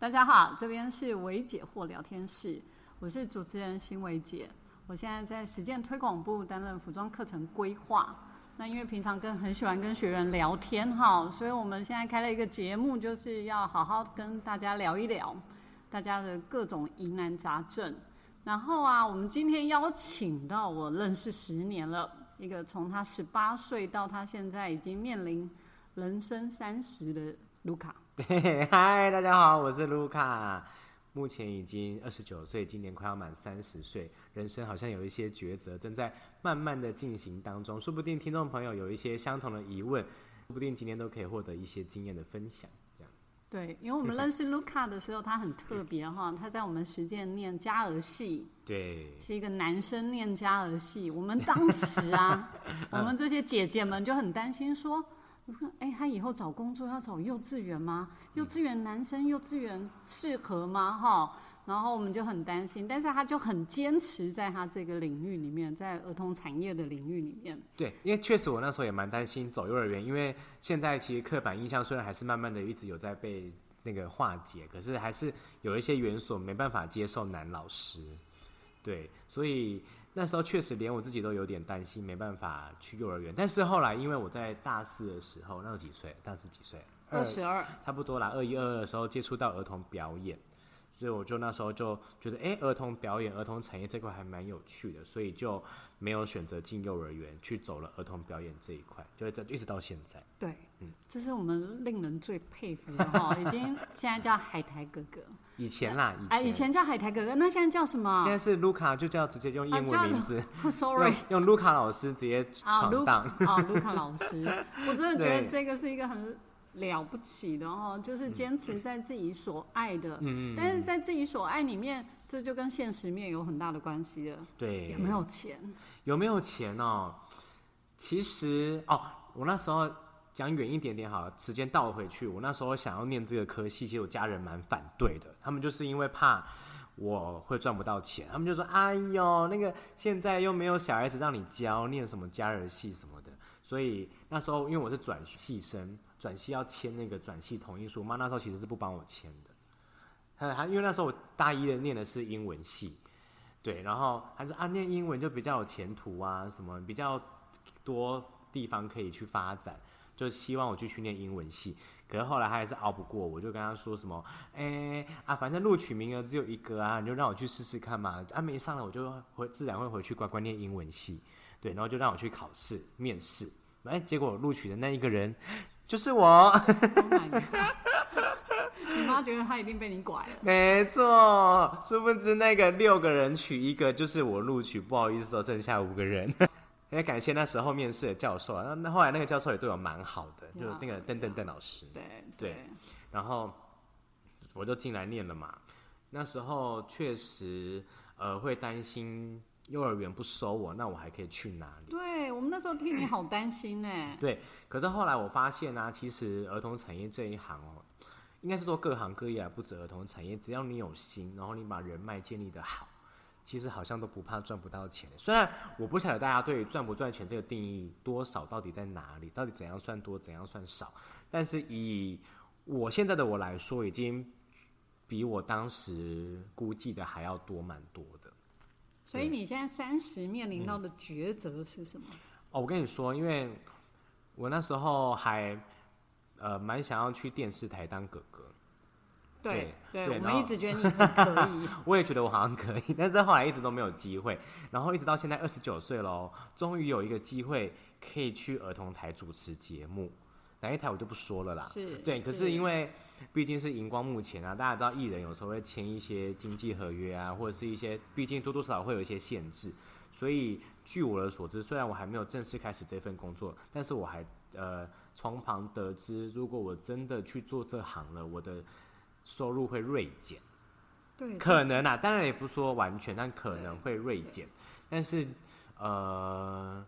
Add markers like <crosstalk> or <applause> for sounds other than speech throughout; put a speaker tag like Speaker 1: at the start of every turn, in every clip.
Speaker 1: 大家好，这边是维解惑聊天室，我是主持人辛维解。我现在在实践推广部担任服装课程规划。那因为平常跟很喜欢跟学员聊天哈，所以我们现在开了一个节目，就是要好好跟大家聊一聊大家的各种疑难杂症。然后啊，我们今天邀请到我认识十年了，一个从他十八岁到他现在已经面临人生三十的卢卡。
Speaker 2: 对， <laughs> 嗨，大家好，我是卢卡，目前已经二十九岁，今年快要满三十岁，人生好像有一些抉择，正在慢慢的进行当中，说不定听众朋友有一些相同的疑问，说不定今天都可以获得一些经验的分享。这样，
Speaker 1: 对，因为我们认识卢卡的时候，他很特别哈，他在我们实践念加儿系，
Speaker 2: 对，
Speaker 1: 是一个男生念加儿系。我们当时啊，我们这些姐姐们就很担心说，哎，他以后找工作要找幼稚园吗？幼稚园男生幼稚园适合吗？哈，然后我们就很担心，但是他就很坚持在他这个领域里面，在儿童产业的领域里面。
Speaker 2: 对，因为确实我那时候也蛮担心走幼儿园，因为现在其实刻板印象虽然还是慢慢的一直有在被那个化解，可是还是有一些园所没办法接受男老师，对，所以那时候确实连我自己都有点担心，没办法去幼儿园。但是后来因为我在大四的时候，那时候几岁？大四几岁？啊
Speaker 1: 二十二，
Speaker 2: 差不多啦，二一二二的时候接触到儿童表演，所以我就那时候就觉得，哎、儿童表演、儿童产业这块还蛮有趣的，所以就没有选择进幼儿园，去走了儿童表演这一块，就这一直到现在。
Speaker 1: 对，这是我们令人最佩服的哈，已经现在叫海苔哥哥。
Speaker 2: 以前啦，以前，
Speaker 1: 哎，以前啊叫海苔哥哥，那现在叫什么
Speaker 2: 现？在是卢卡，就叫直接用英
Speaker 1: 叫
Speaker 2: 文名字，
Speaker 1: 哦 <laughs> Sorry
Speaker 2: 用用卢卡老师直接
Speaker 1: 啊，卢
Speaker 2: 闯荡。
Speaker 1: 啊，卢卡老师，我真的觉得
Speaker 2: 对
Speaker 1: 这个是一个很了不起的哦，就是坚持在自己所爱的，嗯，但是在自己所爱里面，这就跟现实面有很大的关系了。
Speaker 2: 对，
Speaker 1: 有没有
Speaker 2: <laughs>
Speaker 1: 钱？
Speaker 2: 有没有钱哦？其实哦，我那时候讲远一点点好了，时间倒回去，我那时候想要念这个科系，其实我家人蛮反对的，他们就是因为怕。我会赚不到钱，他们就说：“哎呦，那个现在又没有小孩子让你教，念什么加儿系什么的。”所以那时候因为我是转系生，转系要签那个转系同意书，我妈那时候其实是不帮我签的。她她因为那时候我大一的念的是英文系，对，然后他说啊，念英文就比较有前途啊，什么比较多地方可以去发展，就希望我继续念英文系。可是后来他还是熬不过，我就跟他说什么，哎啊，反正录取名额只有一个啊，你就让我去试试看嘛。啊，没上了我就会自然会回去乖乖念英文系，对，然后就让我去考试面试。哎，结果录取的那一个人就是我，
Speaker 1: Oh my god！你妈觉得她一定被你拐了。
Speaker 2: 没错，殊不知那个六个人取一个就是我录取，不好意思哦，剩下五个人。 <laughs> 也感谢那时候面试的教授啊，那那后来那个教授也对我蛮好的，就
Speaker 1: 哇
Speaker 2: 那个邓邓邓老师。
Speaker 1: 对
Speaker 2: 对然后我就进来念了嘛。那时候确实呃会担心幼儿园不收我，那我还可以去哪里？
Speaker 1: 对，我们那时候替你好担心呢、
Speaker 2: 对，可是后来我发现啊，其实儿童产业这一行哦，应该是说各行各业啊，不止儿童产业，只要你有心，然后你把人脉建立的好，其实好像都不怕赚不到钱。虽然我不晓得大家对于赚不赚钱这个定义多少到底在哪里，到底怎样算多，怎样算少，但是以我现在的我来说，已经比我当时估计的还要多蛮多的。
Speaker 1: 所以你现在三十面临到
Speaker 2: 嗯
Speaker 1: 的抉择是什么？
Speaker 2: 哦，我跟你说，因为我那时候还呃蛮想要去电视台当哥哥，
Speaker 1: 对对，
Speaker 2: 对
Speaker 1: 我
Speaker 2: 然
Speaker 1: 们
Speaker 2: 后
Speaker 1: 一直觉得你很可以。
Speaker 2: 我也觉得我 <laughs> 好像可以，但是后来一直都没有机会，然后一直到现在二十九岁喽，终于有一个机会可以去儿童台主持节目，哪一台我就不说了啦。
Speaker 1: 是
Speaker 2: 对，可
Speaker 1: 是
Speaker 2: 是因为毕竟是荧光幕前啊，大家知道艺人有时候会签一些经纪合约啊，或者是一些，毕竟多多少少会有一些限制。所以据我的所知，虽然我还没有正式开始这份工作，但是我还呃从旁得知，如果我真的去做这行了，我的收入会锐减。
Speaker 1: 对，
Speaker 2: 可能啊，当然也不说完全，但可能会锐减。但是，呃，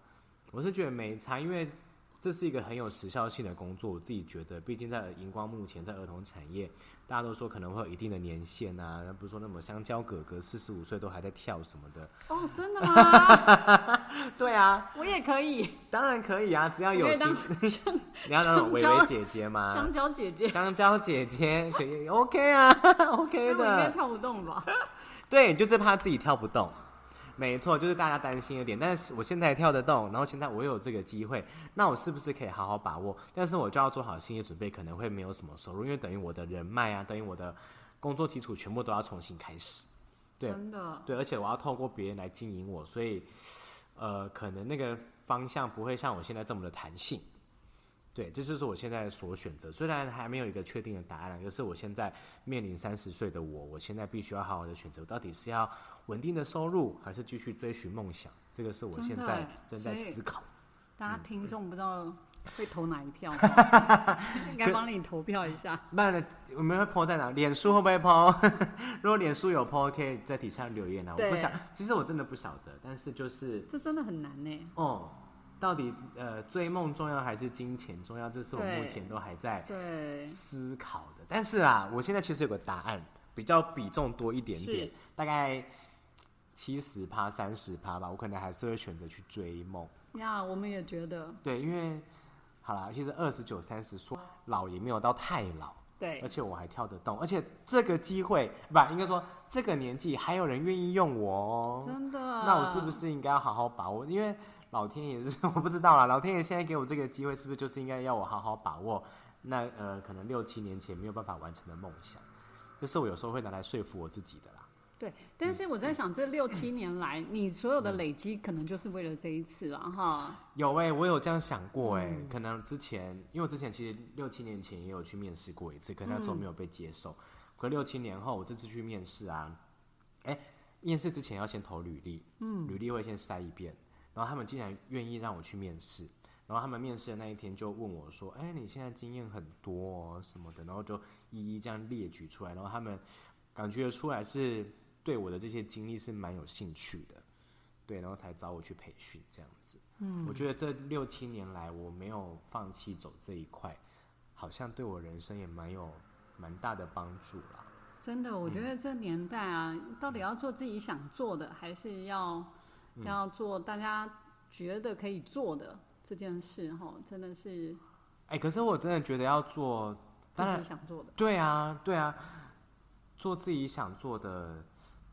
Speaker 2: 我是觉得没差，因为这是一个很有时效性的工作，我自己觉得，毕竟在荧光幕前，在儿童产业，大家都说可能会有一定的年限啊，那不是说那么香蕉哥哥四十五岁都还在跳什么的，
Speaker 1: 哦，真的吗？ <laughs>
Speaker 2: 对啊，
Speaker 1: 我也可以，
Speaker 2: 当然可以啊，只要
Speaker 1: 我可 <laughs>
Speaker 2: 有
Speaker 1: 以
Speaker 2: 心
Speaker 1: 当，
Speaker 2: 你要当 <laughs> 那
Speaker 1: 香
Speaker 2: 种伟
Speaker 1: 蕉
Speaker 2: 伟姐姐吗
Speaker 1: 香？蕉姐姐，
Speaker 2: 香蕉姐姐可以 OK 啊 <laughs> ，OK
Speaker 1: 那我应该
Speaker 2: 的，
Speaker 1: 跳不动吧？
Speaker 2: <laughs> 对，就是怕自己跳不动。没错，就是大家担心的点，但是我现在跳得动，然后现在我有这个机会，那我是不是可以好好把握？但是我就要做好心理准备，可能会没有什么收入，因为等于我的人脉啊，等于我的工作基础全部都要重新开始。对
Speaker 1: 真的，
Speaker 2: 对，而且我要透过别人来经营我，所以呃，可能那个方向不会像我现在这么的弹性。对，这就是我现在所选择，虽然还没有一个确定的答案，可是我现在面临三十岁的我，我现在必须要好好的选择，到底是要稳定的收入，还是继续追寻梦想？这个是我
Speaker 1: 真
Speaker 2: 现
Speaker 1: 的
Speaker 2: 在
Speaker 1: 欸
Speaker 2: 正在
Speaker 1: 所以
Speaker 2: 思考。
Speaker 1: 大家听众不知道会投哪一
Speaker 2: <laughs>
Speaker 1: 票，应该帮你投票一下。
Speaker 2: 慢了，我们会 PO 在哪？脸书会不会 PO？如 <laughs> 果脸书有 PO，可以在底下留言啊。我不
Speaker 1: 对
Speaker 2: 想，其实我真的不晓得，但是就是
Speaker 1: <laughs> 这真的很难呢。
Speaker 2: 哦，到底呃追梦重要还是金钱重要？这是我
Speaker 1: 对
Speaker 2: 目前都还在
Speaker 1: 对，
Speaker 2: 思考的。但是啊，我现在其实有个答案，比较比重多一点点
Speaker 1: 是，
Speaker 2: 大概七十趴、三十趴吧。我可能还是会选择去追梦。
Speaker 1: 呀，我们也觉得，
Speaker 2: 对，因为好啦，其实二十九、三十说老也没有到太老，
Speaker 1: 对
Speaker 2: 而，且我还跳得动，而且这个机会不应该说这个年纪还有人愿意用我哦。
Speaker 1: 真的。
Speaker 2: 那我是不是应该要好好把握？因为老天爷是 <laughs> 我不知道啦，老天爷现在给我这个机会，是不是就是应该要我好好把握？那呃，可能六七年前没有办法完成的梦想，这是我有时候会拿来说服我自己的啦。
Speaker 1: 对，但是我在想，这六七年来，你所有的累积，可能就是为了这一次了哈。
Speaker 2: 有哎、我有这样想过哎、可能之前，因为我之前其实六七年前也有去面试过一次，可那时候没有被接受。可六七年后，我这次去面试啊，哎、面试之前要先投履历，嗯，履历会先筛一遍，然后他们竟然愿意让我去面试，然后他们面试的那一天就问我说：“哎、你现在经验很多、哦、什么的。”然后就一一这样列举出来，然后他们感觉出来是对我的这些经历是蛮有兴趣的，对，然后才找我去培训这样子。嗯，我觉得这六七年来我没有放弃走这一块，好像对我人生也蛮有蛮大的帮助啦。
Speaker 1: 真的，我觉
Speaker 2: 嗯
Speaker 1: 得这年代啊，到底要做自己想做的，还是要
Speaker 2: 嗯
Speaker 1: 要做大家觉得可以做的这件事？哈，真的是
Speaker 2: 哎、可是我真的觉得要做，
Speaker 1: 自
Speaker 2: 当然
Speaker 1: 己想做的。
Speaker 2: 对啊，对啊，做自己想做的，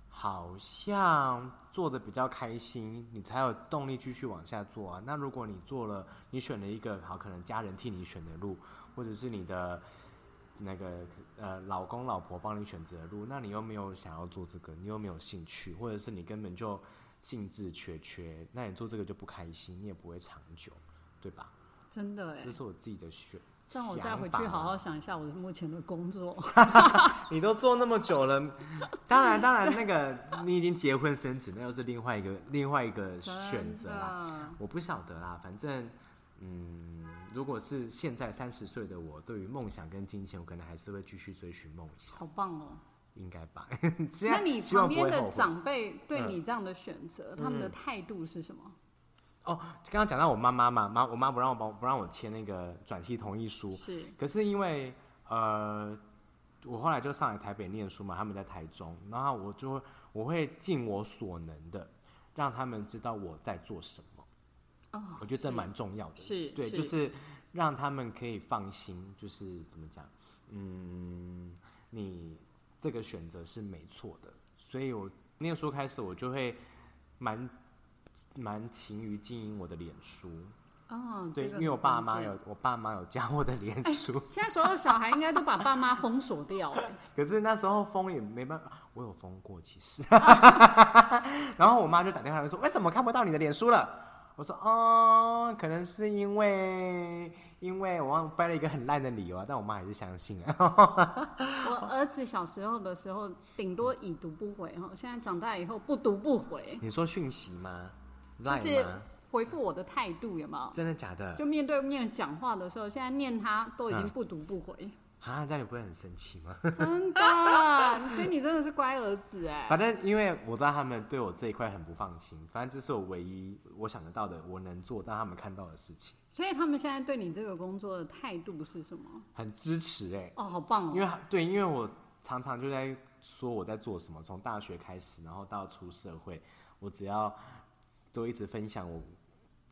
Speaker 2: 好像做的比较开心，你才有动力继续往下做啊。那如果你做了，你选了一个好，可能家人替你选的路，或者是你的那个呃老公老婆帮你选择的路，那你又没有想要做这个，你又没有兴趣，或者是你根本就兴致缺缺，那你做这个就不开心，你也不会长久，对吧？
Speaker 1: 真的哎
Speaker 2: 这，是我自己的选。
Speaker 1: 让我再回
Speaker 2: 想
Speaker 1: 去
Speaker 2: 法
Speaker 1: 好
Speaker 2: 啊啦
Speaker 1: 好想一下我目前的工作。
Speaker 2: 你都做那么久了，当然当然，那个你已经结婚生子，那又是另外一个另外一个选择啊啦。
Speaker 1: 啦。
Speaker 2: 我不晓得啦，反正嗯，如果是现在三十岁的我，对于梦想跟金钱，我可能还是会继续追寻梦想，
Speaker 1: 好棒哦！
Speaker 2: 应该吧？ <laughs> 希
Speaker 1: 那
Speaker 2: 望
Speaker 1: 你
Speaker 2: 希望
Speaker 1: 旁
Speaker 2: 不
Speaker 1: 边
Speaker 2: 会
Speaker 1: 的
Speaker 2: 后悔。
Speaker 1: 长辈对
Speaker 2: 嗯
Speaker 1: 你这样的选择，他们的态度是什么？
Speaker 2: 哦，刚刚讲到我妈妈嘛，妈我妈不让我帮不让我签那个转系同意书，
Speaker 1: 是
Speaker 2: 可是因为呃，我后来就上来台北念书嘛，他们在台中，然后我就会我会尽我所能的让他们知道我在做什么，
Speaker 1: 哦，
Speaker 2: 我觉得这
Speaker 1: 是
Speaker 2: 蛮重要的。
Speaker 1: 是
Speaker 2: 对，
Speaker 1: 是
Speaker 2: 就是让他们可以放心，就是怎么讲，嗯，你这个选择是没错的。所以我念书开始，我就会蛮蛮勤于经营我的脸书，
Speaker 1: 哦，
Speaker 2: 对，
Speaker 1: 这个
Speaker 2: 因为我
Speaker 1: 很
Speaker 2: 爸
Speaker 1: 关
Speaker 2: 妈
Speaker 1: 键。
Speaker 2: 有我爸妈有加我的脸书。
Speaker 1: 现在所有小孩应该都把爸妈封锁掉了，
Speaker 2: 可是那时候封也没办法，我有封过其实。 <laughs> 然后我妈就打电话来说：“为什么看不到你的脸书了？”我说：“哦，可能是因为因为我忘掰了一个很烂的理由啊。”但我妈还是相信啊了。
Speaker 1: 我儿子小时候的时候，顶多
Speaker 2: 嗯
Speaker 1: 已读不回哈，现在长大以后不读不回，
Speaker 2: <laughs> 你说讯息吗？
Speaker 1: 就
Speaker 2: 赖
Speaker 1: 是
Speaker 2: 吗？嗯
Speaker 1: 回复我的态度有没有？
Speaker 2: 真的假的？嗯 <laughs>
Speaker 1: 就面对面讲话的时候，现在念他都已经不读不回，
Speaker 2: 啊，这样你不会很生气吗？
Speaker 1: 真的，所以你真的是乖儿子哎、
Speaker 2: 反正因为我知道他们对我这一块很不放心，反正这是我唯一我想得到的，我能做让他们看到的事情，
Speaker 1: 所以他们现在对你这个工作的态度是什么？
Speaker 2: 很支持哎、
Speaker 1: 哦，好棒
Speaker 2: 因
Speaker 1: 哦！
Speaker 2: 为对，因为我常常就在说我在做什么，从大学开始，然后到出社会，我只要都一直分享我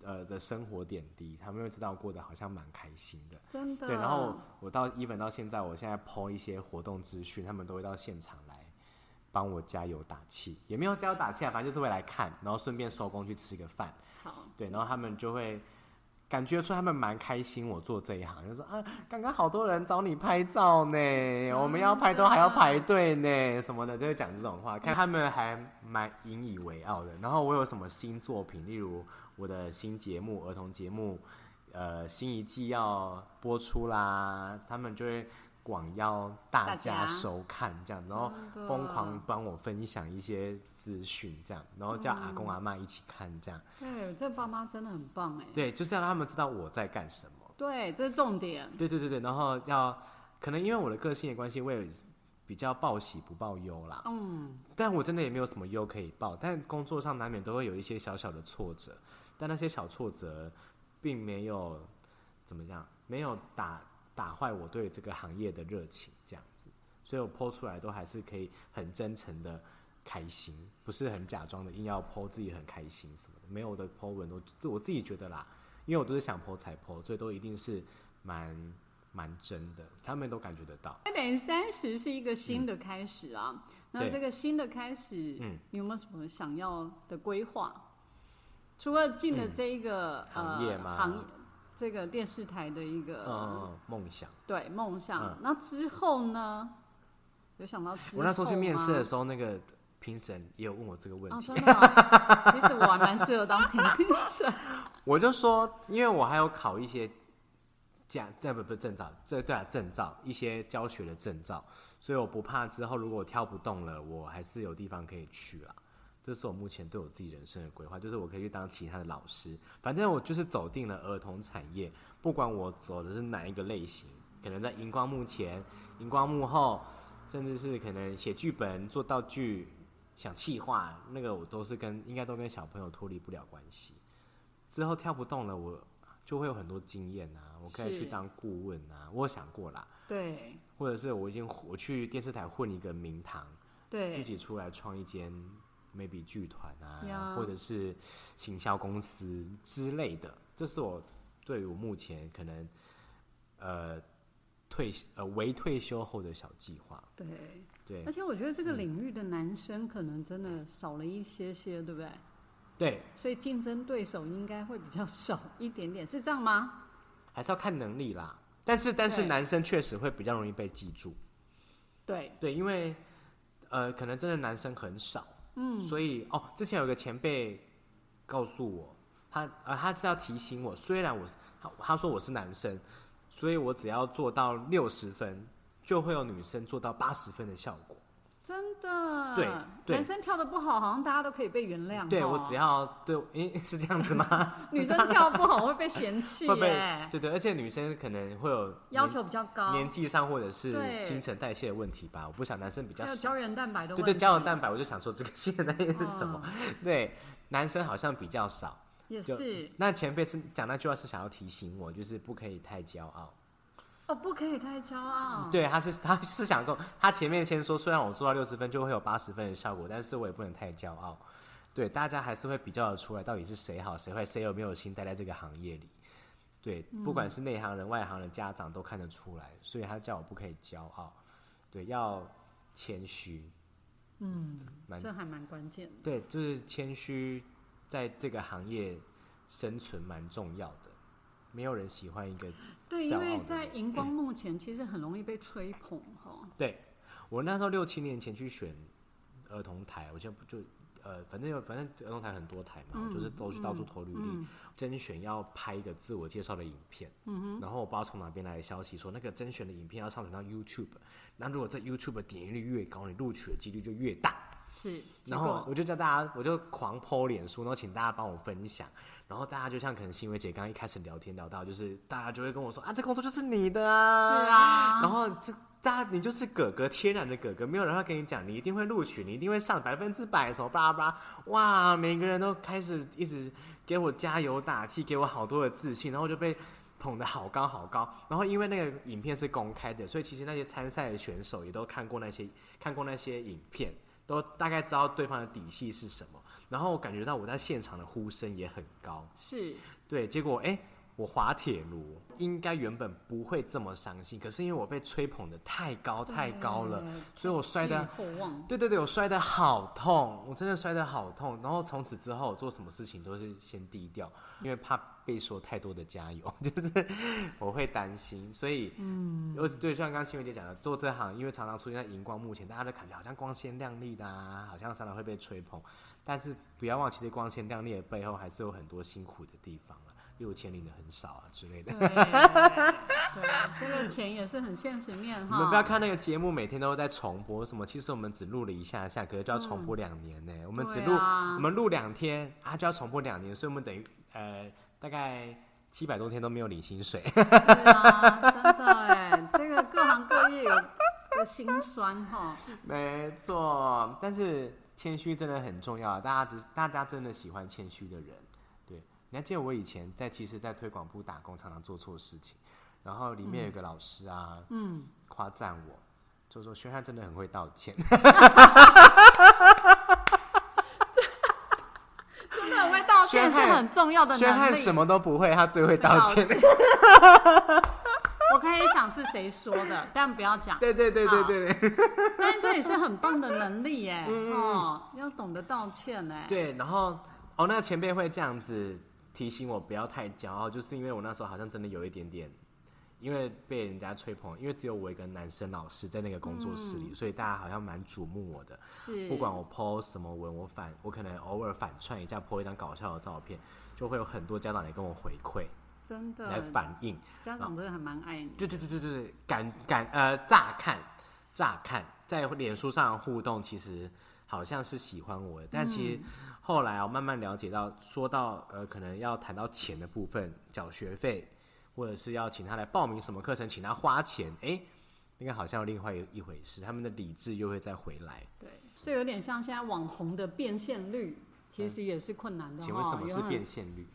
Speaker 2: 呃的生活点滴，他们会知道过得好像蛮开心的。
Speaker 1: 真的。
Speaker 2: 对，然后我到 even 到现在，我现在 PO 一些活动资讯，他们都会到现场来帮我加油打气，也没有加油打气啊，反正就是会来看，然后顺便收工去吃个饭。
Speaker 1: 好，
Speaker 2: 对，然后他们就会感觉出他们蛮开心我做这一行，就说啊，刚刚好多人找你拍照呢，我们要拍都还要排队呢，什么的，就会讲这种话，看他们还蛮引以为傲的。然后我有什么新作品，例如我的新节目、儿童节目，呃，新一季要播出啦，他们就会。广邀大
Speaker 1: 大
Speaker 2: 家
Speaker 1: 家
Speaker 2: 收看这样，然后
Speaker 1: 真的
Speaker 2: 疯狂帮我分享一些资讯这样，然后叫阿公阿妈一起看这样，
Speaker 1: 对，这爸妈真的很棒哎、
Speaker 2: 对，就是要让他们知道我在干什么。
Speaker 1: 对，这是重点。
Speaker 2: 对对对对，然后要可能因为我的个性的关系，我也比较报喜不报忧啦。
Speaker 1: 嗯，
Speaker 2: 但我真的也没有什么忧可以报，但工作上难免都会有一些小小的挫折，但那些小挫折并没有怎么样，没有打打坏我对这个行业的热情，这样子，所以我剖出来都还是可以很真诚的开心，不是很假装的硬要剖自己很开心什么的，没有我的剖文都自我自己觉得啦，因为我都是想剖才剖，所以都一定是蛮蛮真的，他们都感觉得到。
Speaker 1: 那等于三十是一个新的开始啊。那
Speaker 2: 嗯对
Speaker 1: 这个新的开始，
Speaker 2: 嗯
Speaker 1: 你有没有什么想要的规划？除了进了这一个、
Speaker 2: 嗯行业吗
Speaker 1: 呃、行这个电视台的一个、
Speaker 2: 嗯，梦想。
Speaker 1: 对梦想
Speaker 2: 嗯，
Speaker 1: 那、之后呢？有想到之后
Speaker 2: 我那时候去面试的
Speaker 1: 吗
Speaker 2: 时候，那个评审也有问我这个问
Speaker 1: 哦，
Speaker 2: 题，
Speaker 1: 真的吗， <laughs> 其实我还蛮适合当评
Speaker 2: <laughs>
Speaker 1: 审。
Speaker 2: 我就说，因为我还有考一些驾，这不不是证照，这对啊证照，一些教学的证照，所以我不怕之后如果我挑不动了，我还是有地方可以去啦。这是我目前对我自己人生的规划，就是我可以去当其他的老师，反正我就是走定了儿童产业，不管我走的是哪一个类型，可能在荧光幕前、荧光幕后，甚至是可能写剧本、做道具、想企划，那个我都是跟应该都跟小朋友脱离不了关系。之后跳不动了，我就会有很多经验啊，我可以
Speaker 1: 是
Speaker 2: 去当顾问啊，我有想过啦，
Speaker 1: 对
Speaker 2: 或者是我已经我去电视台混一个名堂，
Speaker 1: 对，
Speaker 2: 自己出来创一间 maybe 剧团啊
Speaker 1: 呀
Speaker 2: 或者是行销公司之类的，这是我对于我目前可能呃退呃为退休后的小计划。
Speaker 1: 对。
Speaker 2: 对嗯
Speaker 1: 而且我觉得这个领域的男生可能真的少了一些些，对不对？
Speaker 2: 对，
Speaker 1: 所以竞争对手应该会比较少一点点，是这样吗？
Speaker 2: 还是要看能力啦。但是但是
Speaker 1: 对
Speaker 2: 男生确实会比较容易被记住，
Speaker 1: 对，
Speaker 2: 对，因为呃，可能真的男生很少，嗯，所以哦，之前有个前辈告诉我，他呃他是要提醒我，虽然我是他他说我是男生，所以我只要做到六十分，就会有女生做到八十分的效果。
Speaker 1: 真的。
Speaker 2: 对对
Speaker 1: 男生跳的不好，好像大家都可以被原谅。
Speaker 2: 对
Speaker 1: 哦
Speaker 2: 我只要对，诶、是这样
Speaker 1: <laughs>
Speaker 2: 子吗？
Speaker 1: 女生跳得不好会被嫌弃
Speaker 2: <laughs> 会不
Speaker 1: 耶
Speaker 2: 会，？对对，而且女生可能会有
Speaker 1: 要
Speaker 2: 年
Speaker 1: 求比较高，
Speaker 2: 年纪上或者是
Speaker 1: 对
Speaker 2: 新陈代谢的问题吧，我不想男生比较
Speaker 1: 还有
Speaker 2: 少。
Speaker 1: 胶原蛋白的
Speaker 2: 对
Speaker 1: 问
Speaker 2: 对，
Speaker 1: 题
Speaker 2: 胶原蛋白，我就想说这个新陈代谢是什么？ <laughs> 对，男生好像比较少。
Speaker 1: 也
Speaker 2: 就是那前辈是讲那句话是想要提醒我，就是不可以太骄傲。
Speaker 1: 哦，不可以太骄傲。
Speaker 2: <laughs> 对，他是他是想跟我他前面先说，虽然我做到六十分就会有八十分的效果，但是我也不能太骄傲。对，大家还是会比较得出来，到底是谁好谁坏，谁有没有心待在这个行业里。对，不管是内行人、外行人，家长都看得出来，所以他叫我不可以骄傲，对，要谦虚。
Speaker 1: 嗯，
Speaker 2: 蛮
Speaker 1: 这还蛮关键的。
Speaker 2: 对，就是谦虚，在这个行业生存蛮重要的。没有人喜欢一个
Speaker 1: 对，
Speaker 2: 骄傲
Speaker 1: 因为
Speaker 2: 的
Speaker 1: 在
Speaker 2: 人
Speaker 1: 荧光幕前其实很容易被吹捧哈。
Speaker 2: 对我那时候六七年前去选儿童台，我就就呃，反正有反正儿童台很多台嘛，我就是都去到处投履历，甄选要拍一个自我介绍的影片，然后我不知道从哪边来的消息说那个甄选的影片要上传到 YouTube，那如果这 YouTube 的点击率越高，你录取的几率就越大。
Speaker 1: 是，结
Speaker 2: 然后
Speaker 1: 果
Speaker 2: 我就叫大家，我就狂剖脸书，然后请大家帮我分享。然后大家就像可能欣薇姐刚刚一开始聊天聊到，就是大家就会跟我说啊，这工作就是你的啊，
Speaker 1: 是啊
Speaker 2: 然后这大家你就是哥哥，天然的哥哥，没有人会跟你讲你一定会录取，你一定会上百分之百，什么巴拉巴拉。哇，每个人都开始一直给我加油打气，给我好多的自信，然后就被捧得好高好高。然后因为那个影片是公开的，所以其实那些参赛的选手也都看过那些看过那些影片，都大概知道对方的底细是什么。然后我感觉到我在现场的呼声也很高，
Speaker 1: 是
Speaker 2: 对，结果哎、诶我滑铁卢，应该原本不会这么伤心，可是因为我被吹捧的太高太高了，
Speaker 1: 对
Speaker 2: 所以我摔的
Speaker 1: 寄予厚望，
Speaker 2: 对对对，我摔得好痛，我真的摔得好痛。然后从此之后，我做什么事情都是先低调，因为怕被说太多的加油， <laughs> 就是我会担心。所以，嗯，而对，就像刚刚新闻姐讲的，做这行因为常常出现在荧光幕前，大家都感觉好像光鲜亮丽的啊，好像常常会被吹捧。但是不要忘记，这光鲜亮丽的背后还是有很多辛苦的地方了、六千领的很少啊之类的。 <laughs>
Speaker 1: 对对，这个钱也是很现实面
Speaker 2: 你们不
Speaker 1: 哈。
Speaker 2: 要看那个节目，每天都在重播什么。其实我们只录了一下下，可是就要重播两年呢、我们只录，
Speaker 1: 对啊
Speaker 2: 我们录两天，啊，就要重播两年，所以我们等于呃，大概七百多天都没有领薪水。 <laughs>
Speaker 1: 是啊，真的哎，这个各行各业有有辛酸哈。
Speaker 2: 没错，但是谦虚真的很重要，啊大家只大家真的喜欢谦虚的人。对，你还记得我以前在其实，在推广部打工，常常做错事情，然后里面有一个老师啊，
Speaker 1: 嗯，
Speaker 2: 夸赞我，就说宣汉真的很会道歉。
Speaker 1: 真的会道歉是很重要的
Speaker 2: <laughs> 宣
Speaker 1: 能
Speaker 2: 汉
Speaker 1: 力。
Speaker 2: 什么都不会，他最会道
Speaker 1: 道
Speaker 2: 歉。
Speaker 1: 歉我可以想是谁说的，但不要讲。
Speaker 2: <laughs> 对对对对对对
Speaker 1: 但是这也是很棒的能力耶，哦，要懂得道歉哎。
Speaker 2: 嗯对。然后哦，那个前辈会这样子提醒我不要太骄傲，就是因为我那时候好像真的有一点点，因为被人家吹捧，因为只有我一个男生老师在那个工作室里，所以大家好像蛮瞩目我的。
Speaker 1: 是。
Speaker 2: 不管我 PO 什么文，我反我可能偶尔反串一下，PO 一张搞笑的照片，就会有很多家长来跟我回馈，
Speaker 1: 真的
Speaker 2: 来反映。
Speaker 1: 家长真的还蛮爱你。
Speaker 2: 对对对对对对，感感呃，乍看乍看，在脸书上的互动其实好像是喜欢我的，但其实
Speaker 1: 嗯
Speaker 2: 后来我慢慢了解到，说到呃，可能要谈到钱的部分，缴学费，或者是要请他来报名什么课程，请他花钱，哎，那个好像有另外一一回事，他们的理智又会再回来。
Speaker 1: 对，这有点像现在网红的变现率，其实也是困难的哈。
Speaker 2: 请问什么
Speaker 1: 哦有
Speaker 2: 是
Speaker 1: 很
Speaker 2: 变现率？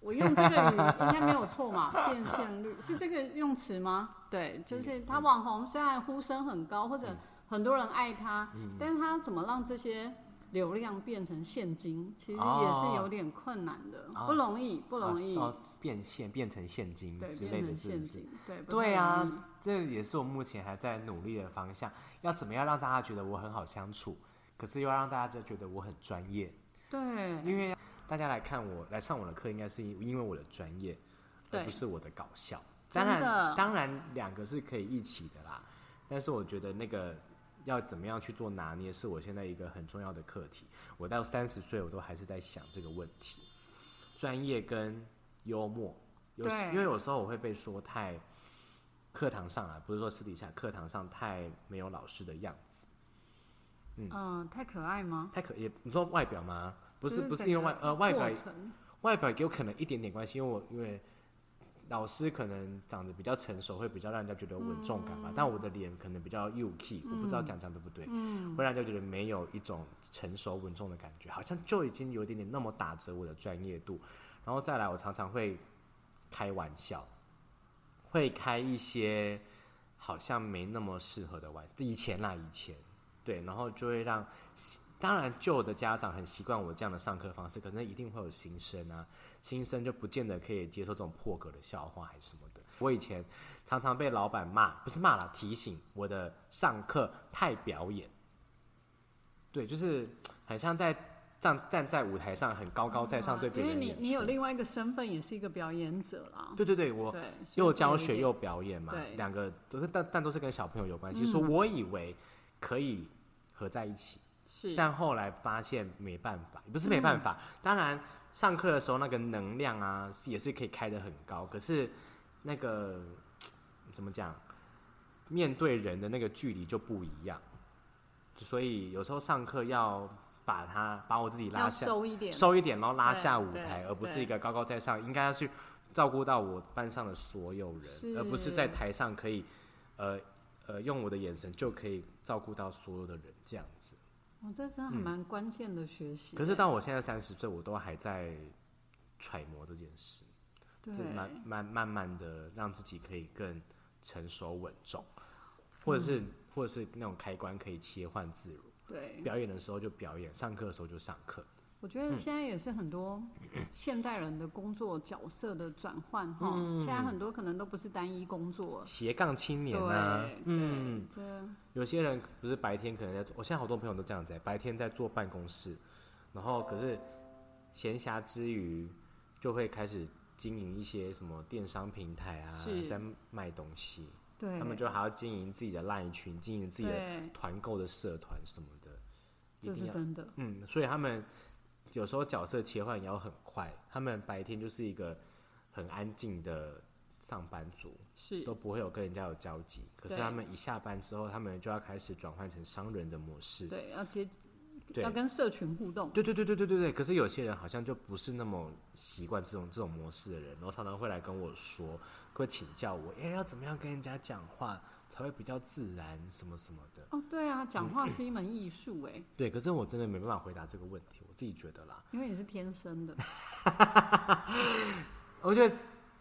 Speaker 1: 我用这个语应该没有错嘛？变现率是这个用词吗？ <laughs> 对，就是
Speaker 2: 嗯
Speaker 1: 他网红虽然呼声很高，或者很多人爱他，
Speaker 2: 嗯
Speaker 1: 但是他怎么让这些流量变成现金，其实也是有点困难的，
Speaker 2: 哦
Speaker 1: 不容易，不容易，
Speaker 2: 哦，变现变成现金
Speaker 1: 对，
Speaker 2: 之
Speaker 1: 变
Speaker 2: 类的，
Speaker 1: 成
Speaker 2: 是
Speaker 1: 现
Speaker 2: 不是？
Speaker 1: 金，对，不
Speaker 2: 对
Speaker 1: 太
Speaker 2: 啊
Speaker 1: 容易，
Speaker 2: 这也是我目前还在努力的方向。要怎么样让大家觉得我很好相处，可是又让大家觉得我很专业？
Speaker 1: 对，
Speaker 2: 因为大家来看我来上我的课，应该是因因为我的专业，而
Speaker 1: 对
Speaker 2: 不是我的搞笑。
Speaker 1: 真
Speaker 2: 当
Speaker 1: 的
Speaker 2: 然，当然两个是可以一起的啦。但是我觉得那个要怎么样去做拿捏，是我现在一个很重要的课题。我到三十岁，我都还是在想这个问题：专业跟幽默。有时
Speaker 1: 对
Speaker 2: 因为有时候我会被说太课堂上啊，不是说私底下，课堂上太没有老师的样子。
Speaker 1: 嗯，太可爱吗？
Speaker 2: 太可也你说外表吗？不
Speaker 1: 就
Speaker 2: 是不是
Speaker 1: 整
Speaker 2: 因为外
Speaker 1: 个
Speaker 2: 呃外表
Speaker 1: 过程
Speaker 2: 外表有可能一点点关系，因为我因为老师可能长得比较成熟，会比较让人家觉得有稳重感吧。但我的脸可能比较幼气，我不知道讲讲对不对，会让人家觉得没有一种成熟稳重的感觉，好像就已经有一点点那么打折我的专业度。然后再来，我常常会开玩笑，会开一些好像没那么适合的玩，以前啦，以前对，然后就会让。当然，旧的家长很习惯我这样的上课方式，可能一定会有新生啊，新生就不见得可以接受这种破格的笑话还是什么的。我以前常常被老板骂，不是骂了，提醒我的上课太表演。对，就是很像在站站在舞台上很高高在上对别
Speaker 1: 哦因为
Speaker 2: 人
Speaker 1: 你
Speaker 2: 演
Speaker 1: 你有
Speaker 2: 出。
Speaker 1: 另外一个身份，也是一个表演者啦。
Speaker 2: 对对对，我
Speaker 1: 对，所以这
Speaker 2: 又
Speaker 1: 有
Speaker 2: 教
Speaker 1: 一
Speaker 2: 学
Speaker 1: 点
Speaker 2: 又表演嘛
Speaker 1: 对，嗯
Speaker 2: 两个都是但但都是跟小朋友有关系，所以我以为可以合在一起。
Speaker 1: 是嗯
Speaker 2: 但后来发现没办法，不是没办法。当然，上课的时候那个能量啊，是也是可以开得很高，可是那个怎么讲？面对人的那个距离就不一样，所以有时候上课要把它把我自己拉
Speaker 1: 要
Speaker 2: 下，
Speaker 1: 收一点，
Speaker 2: 收一点，然后拉
Speaker 1: 对
Speaker 2: 下舞
Speaker 1: 对
Speaker 2: 台，而不是
Speaker 1: 对
Speaker 2: 一个高高在上，应该要去照顾到我班上的所有人，
Speaker 1: 是
Speaker 2: 而不是在台上可以，呃呃，用我的眼神就可以照顾到所有的人这样子。
Speaker 1: 我哦这真的还蛮关键的学习欸。
Speaker 2: 嗯可是到我现在三十岁，我都还在揣摩这件事，
Speaker 1: 对
Speaker 2: 是慢慢慢慢的让自己可以更成熟稳重，或者是、
Speaker 1: 嗯
Speaker 2: 或者是那种开关可以切换自如，
Speaker 1: 对，
Speaker 2: 表嗯演的时候就表演，上课的时候就上课。
Speaker 1: 我觉得现在也是很多现代人的工作角色的转换哈，现在很多可能都不是单一工作，
Speaker 2: 斜杠嗯青年啊
Speaker 1: 哦对，，
Speaker 2: 嗯。
Speaker 1: 对，这
Speaker 2: 有些人不是白天可能在做，我现在好多朋友都这样子、欸白天在做办公室，然后可是闲暇之余就会开始经营一些什么电商平台啊
Speaker 1: 是，
Speaker 2: 在卖东西，
Speaker 1: 对
Speaker 2: 他们就还要经营自己的 LINE 群，经营自己的
Speaker 1: 对，
Speaker 2: 团购的社团什么的，一
Speaker 1: 这
Speaker 2: 定
Speaker 1: 是
Speaker 2: 要
Speaker 1: 真的，
Speaker 2: 嗯，所以他们有时候角色切换也要很快，他们白天就是一个很安静的上班族，
Speaker 1: 是
Speaker 2: 都不会有跟人家有交集。可是
Speaker 1: 对
Speaker 2: 他们一下班之后，他们就要开始转换成商人的模式。
Speaker 1: 对，要接
Speaker 2: 对
Speaker 1: 要跟社群互动，
Speaker 2: 对对对对对对对。可是有些人好像就不是那么习惯这种这种模式的人，然后常常会来跟我说，会请教我，哎、要怎么样跟人家讲话才会比较自然，什么什么的。
Speaker 1: 哦，对啊，讲
Speaker 2: 嗯
Speaker 1: 话是一门艺术哎，
Speaker 2: 对，可是我真的没办法回答这个问题，我自己觉得啦，
Speaker 1: 因为你是天生
Speaker 2: <laughs>
Speaker 1: 的，
Speaker 2: 我觉得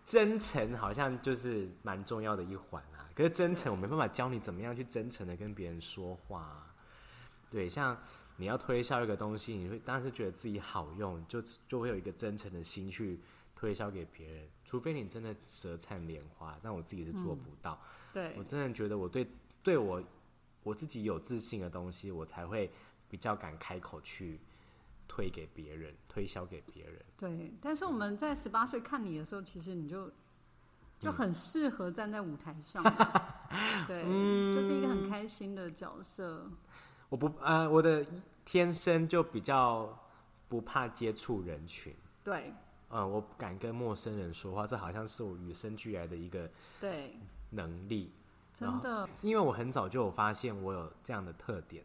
Speaker 2: 真诚好像就是蛮重要的一环啊。可是真诚，我没办法教你怎么样去真诚的跟别人说话啊、对，像你要推销一个东西，你会当然是觉得自己好用，就就会有一个真诚的心去推销给别人。除非你真的舌灿莲花，但我自己是做不到。
Speaker 1: 对
Speaker 2: 我，真的觉得我对对我我自己有自信的东西，我才会比较敢开口去推给别人，推销给别人。
Speaker 1: 对，但是我们在十八岁看你的时候，其实你就
Speaker 2: 嗯
Speaker 1: 就很适合站在舞台上嘛，
Speaker 2: <laughs>
Speaker 1: 对，
Speaker 2: 嗯
Speaker 1: 就是一个很开心的角色。
Speaker 2: 我不呃，我的天生就比较不怕接触人群，
Speaker 1: 对
Speaker 2: 嗯，我不敢跟陌生人说话，这好像是我与生俱来的一个
Speaker 1: 对，
Speaker 2: 能力，
Speaker 1: 真的
Speaker 2: 因为我很早就有发现我有这样的特点，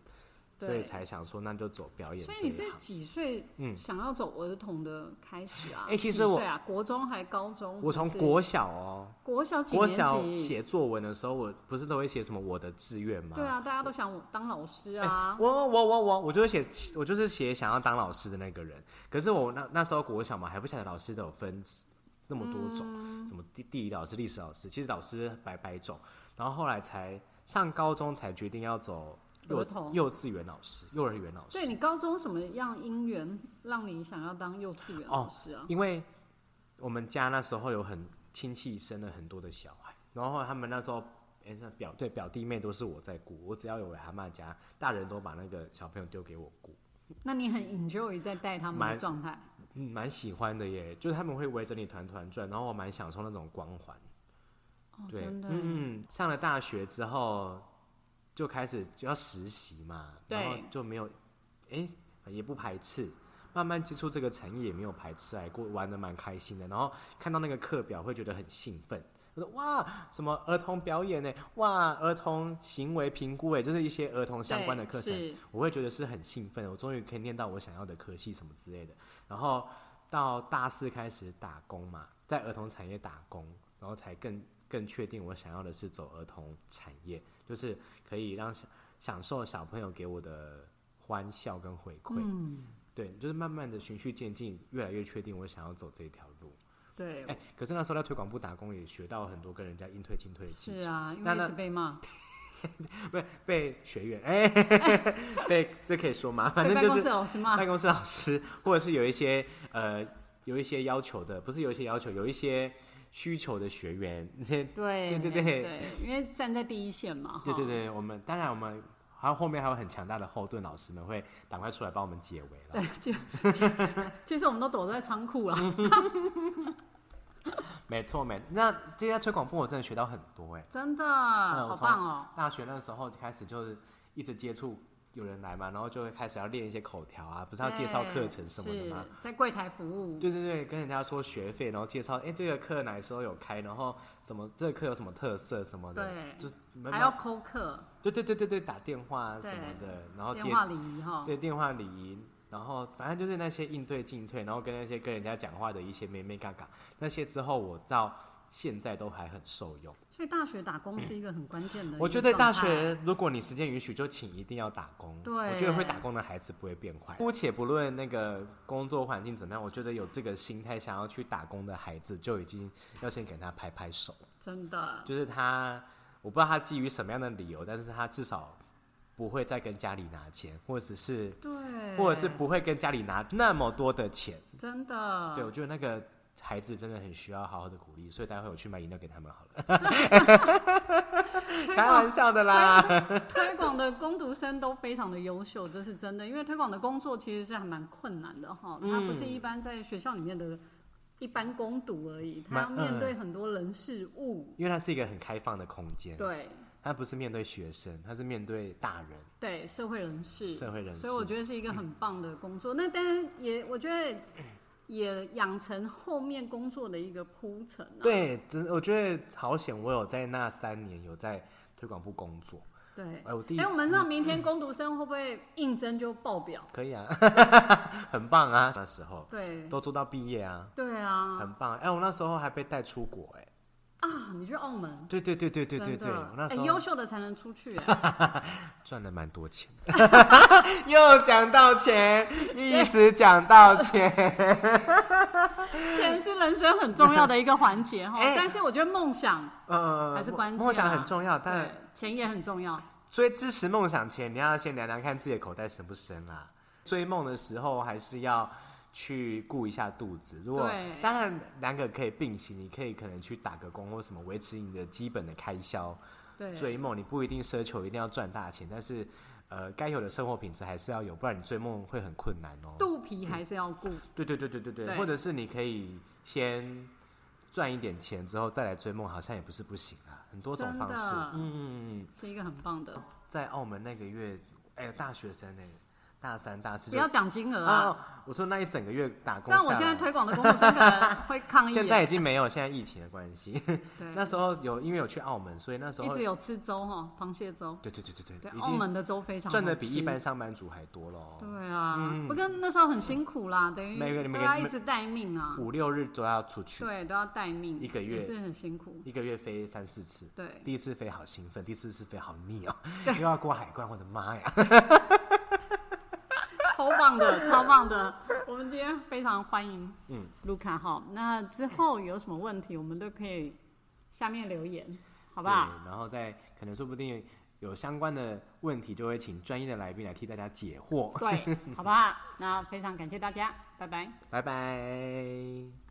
Speaker 1: 对
Speaker 2: 所以才想说那就走表演
Speaker 1: 所以
Speaker 2: 这
Speaker 1: 你
Speaker 2: 一
Speaker 1: 是
Speaker 2: 行。
Speaker 1: 几岁
Speaker 2: 嗯
Speaker 1: 想要走儿童的开始啊？
Speaker 2: 哎其实
Speaker 1: 几
Speaker 2: 我
Speaker 1: 岁啊，国中还高中，
Speaker 2: 我从
Speaker 1: 还是
Speaker 2: 国小哦，
Speaker 1: 国小几
Speaker 2: 国
Speaker 1: 年
Speaker 2: 小
Speaker 1: 级？
Speaker 2: 写作文的时候，我不是都会写什么我的哎志愿吗？
Speaker 1: 对啊，大家都想我当老师啊。
Speaker 2: 我我我我我就会写，我就是写想要当老师的那个人。可是我那那时候国小嘛，还不晓得老师都有分那么多种，什么地地理老师、历史老师，其实老师百百种。然后后来才上高中才决定要走幼
Speaker 1: 儿童
Speaker 2: 幼稚园老师、幼儿园老师
Speaker 1: 对。你高中什么样因缘让你想要当幼稚园
Speaker 2: 哦
Speaker 1: 老师啊？
Speaker 2: 因为我们家那时候有很亲戚生了很多的小孩，然后他们那时候。哎，那表对表弟妹都是我在顾，我只要有回阿妈家，大人都把那个小朋友丢给我顾。
Speaker 1: 那你很 enjoy 在带他们的
Speaker 2: 蛮
Speaker 1: 状态，
Speaker 2: 嗯，蛮喜欢的耶，就是他们会围着你团团转，然后我蛮享受那种光环。
Speaker 1: 哦，
Speaker 2: 对，
Speaker 1: 真的，
Speaker 2: 嗯，上了大学之后就开始就要实习嘛，然后
Speaker 1: 对
Speaker 2: 就没有，哎、也不排斥，慢慢接触这个产业也没有排斥，哎，过玩的蛮开心的。然后看到那个课表会觉得很兴奋，我说哇，什么儿童表演呢？哇，儿童行为评估哎，就是一些儿童相关的
Speaker 1: 对
Speaker 2: 课程。
Speaker 1: 是
Speaker 2: 我会觉得是很兴奋，我终于可以念到我想要的科系什么之类的。然后到大四开始打工嘛，在儿童产业打工，然后才更更确定我想要的是走儿童产业，就是可以让小享受小朋友给我的欢笑跟回馈。
Speaker 1: 嗯，
Speaker 2: 对，就是慢慢的循序渐进，越来越确定我想要走这条路。
Speaker 1: 对，
Speaker 2: 哎，可是那时候在推广部打工也学到很多跟人家应对进退的技
Speaker 1: 是
Speaker 2: 巧，
Speaker 1: 啊，因
Speaker 2: 那
Speaker 1: 为一
Speaker 2: 那
Speaker 1: 直被骂，
Speaker 2: 被被学员哎， <laughs> 被这可以说吗？ <laughs> 反
Speaker 1: 被
Speaker 2: 正
Speaker 1: 办
Speaker 2: 就
Speaker 1: 公
Speaker 2: 是
Speaker 1: 室老师骂，
Speaker 2: 办公室老师，或者是有一些呃有一些要求的，不是有一些要求，有一些需求的学员，那些
Speaker 1: 对
Speaker 2: 对对对
Speaker 1: 对因为站在第一线嘛，
Speaker 2: 对对
Speaker 1: 哈，
Speaker 2: 对，我们当然我们还有后面还有很强大的后盾，老师们会赶快出来帮我们解围了。
Speaker 1: 其实我们都躲在仓库啦，
Speaker 2: 没错没，那这些推广部我真的学到很多哎、
Speaker 1: 真的，
Speaker 2: 我
Speaker 1: 好
Speaker 2: 从
Speaker 1: 棒哦，
Speaker 2: 大学那时候开始就是一直接触有人来嘛，然后就会开始要练一些口条啊，不是要介绍课程什么的吗？
Speaker 1: 是在柜台服务，
Speaker 2: 对对对，跟人家说学费，然后介绍，哎、这个课哪时候有开，然后什么这个课有什么特色什么的，
Speaker 1: 对，
Speaker 2: 就没
Speaker 1: 还要扣客，
Speaker 2: 对对对对对，打电话什么的，然后
Speaker 1: 电
Speaker 2: 接
Speaker 1: 话礼仪哈，
Speaker 2: 对电话礼仪，然后反正就是那些应对进退，然后跟那些跟人家讲话的一些咩咩嘎嘎，那些之后我到现在都还很受用。
Speaker 1: 所以大学打工是一个很关键的一个状态。
Speaker 2: 我觉得大学，如果你时间允许，就请一定要打工。
Speaker 1: 对
Speaker 2: 我觉得会打工的孩子不会变坏。姑且不论那个工作环境怎么样，我觉得有这个心态想要去打工的孩子，就已经要先给他拍拍手。
Speaker 1: 真的
Speaker 2: 就是他，我不知道他基于什么样的理由，但是他至少不会再跟家里拿钱，或者是
Speaker 1: 对，
Speaker 2: 或者是不会跟家里拿那么多的钱。
Speaker 1: 真的
Speaker 2: 对，我觉得那个孩子真的很需要好好的鼓励，所以待会我去买饮料给他们好了，
Speaker 1: 推
Speaker 2: 开
Speaker 1: 广
Speaker 2: 玩笑的啦。
Speaker 1: 推广的工读生都非常的优秀，这是真的。因为推广的工作其实是还蛮困难的哈，
Speaker 2: 嗯
Speaker 1: 它不是一般在学校里面的一般工读而已，它要
Speaker 2: 蛮嗯
Speaker 1: 面对很多人事物。
Speaker 2: 因为它是一个很开放的空间，
Speaker 1: 对
Speaker 2: 它不是面对学生，它是面对大人。
Speaker 1: 对，社会人士，
Speaker 2: 社会人士
Speaker 1: 所以我觉得是一个很棒的工作。那当然也，我觉得也养成后面工作的一个铺陈啊。
Speaker 2: 对，真我觉得好险，我有在那三年有在推广部工作。
Speaker 1: 对，
Speaker 2: 哎，我第一
Speaker 1: 哎，我们让明天工读生会不会应征就爆表？
Speaker 2: 可以啊， <laughs> 很棒啊，那时候
Speaker 1: 对
Speaker 2: 都做到毕业啊，
Speaker 1: 对啊
Speaker 2: 很棒。哎，我那时候还被带出国，哎，
Speaker 1: 啊！你去澳门，
Speaker 2: 对对对对对对
Speaker 1: 真
Speaker 2: 对，
Speaker 1: 的
Speaker 2: 我那时
Speaker 1: 哎优
Speaker 2: 候
Speaker 1: 秀的才能出去、哎
Speaker 2: 赚了蛮多钱。 <laughs> 又讲到钱，一直讲到钱，
Speaker 1: <laughs> <laughs> 钱是人生很重要的一个环节哈，
Speaker 2: 哎
Speaker 1: 但是我觉得梦想
Speaker 2: 呃，
Speaker 1: 还是关键啊
Speaker 2: 梦想很重要，但
Speaker 1: 对钱也很重要。
Speaker 2: 所以支持梦想前，你要先量量看自己的口袋深不深啦、追梦的时候，还是要去顾一下肚子。如果
Speaker 1: 对
Speaker 2: 当然两个可以并行，你可以可能去打个工或什么，维持你的基本的开销。
Speaker 1: 对，
Speaker 2: 追梦你不一定奢求一定要赚大钱，但是呃，该有的生活品质还是要有，不然你追梦会很困难哦。
Speaker 1: 肚皮还是要顾。
Speaker 2: 对对对对对对，
Speaker 1: 对
Speaker 2: 或者是你可以先赚一点钱之后再来追梦，好像也不是不行啊，很多种
Speaker 1: 真
Speaker 2: 方式
Speaker 1: 的。
Speaker 2: 嗯嗯嗯嗯。
Speaker 1: 是一个很棒的，
Speaker 2: 在澳门那个月，哎、大学生哎、大三、大四
Speaker 1: 不
Speaker 2: 就
Speaker 1: 要讲金额啊！
Speaker 2: 啊，我说那一整个月打
Speaker 1: 这
Speaker 2: 工
Speaker 1: 样
Speaker 2: 下
Speaker 1: 我
Speaker 2: 来，
Speaker 1: 现在推广的工作生可能会抗议。
Speaker 2: <laughs> 现在已经没有，现在疫情的关系， <laughs> 那
Speaker 1: 对，
Speaker 2: 时候有因为有去澳门，所以那时
Speaker 1: 一
Speaker 2: 候
Speaker 1: 直有吃粥哈，螃蟹粥。
Speaker 2: 对对对对
Speaker 1: 对
Speaker 2: 对，，已
Speaker 1: 澳
Speaker 2: 经
Speaker 1: 门的粥非常好吃
Speaker 2: 赚的比一般。嗯上班族还多喽。
Speaker 1: 对啊，不跟那时候很辛苦啦，等于
Speaker 2: 每个每
Speaker 1: 都
Speaker 2: 个
Speaker 1: 要一直待命啊，
Speaker 2: 五六日都要出去，
Speaker 1: 对，都要待命，
Speaker 2: 一个月
Speaker 1: 也是很辛苦。
Speaker 2: 一个月飞三四次。
Speaker 1: 对，
Speaker 2: 第一次飞好兴奋，第四次飞好腻哦，又要过海关，我的妈呀！
Speaker 1: <laughs> 超棒的，超棒的！我们今天非常欢迎，嗯，卢卡哈。那之后有什么问题，我们都可以下面留言，好不好？
Speaker 2: 对，然后再可能说不定有相关的问题，就会请专业的来宾来替大家解惑。
Speaker 1: 对，好不好？那非常感谢大家，拜拜。
Speaker 2: 拜拜。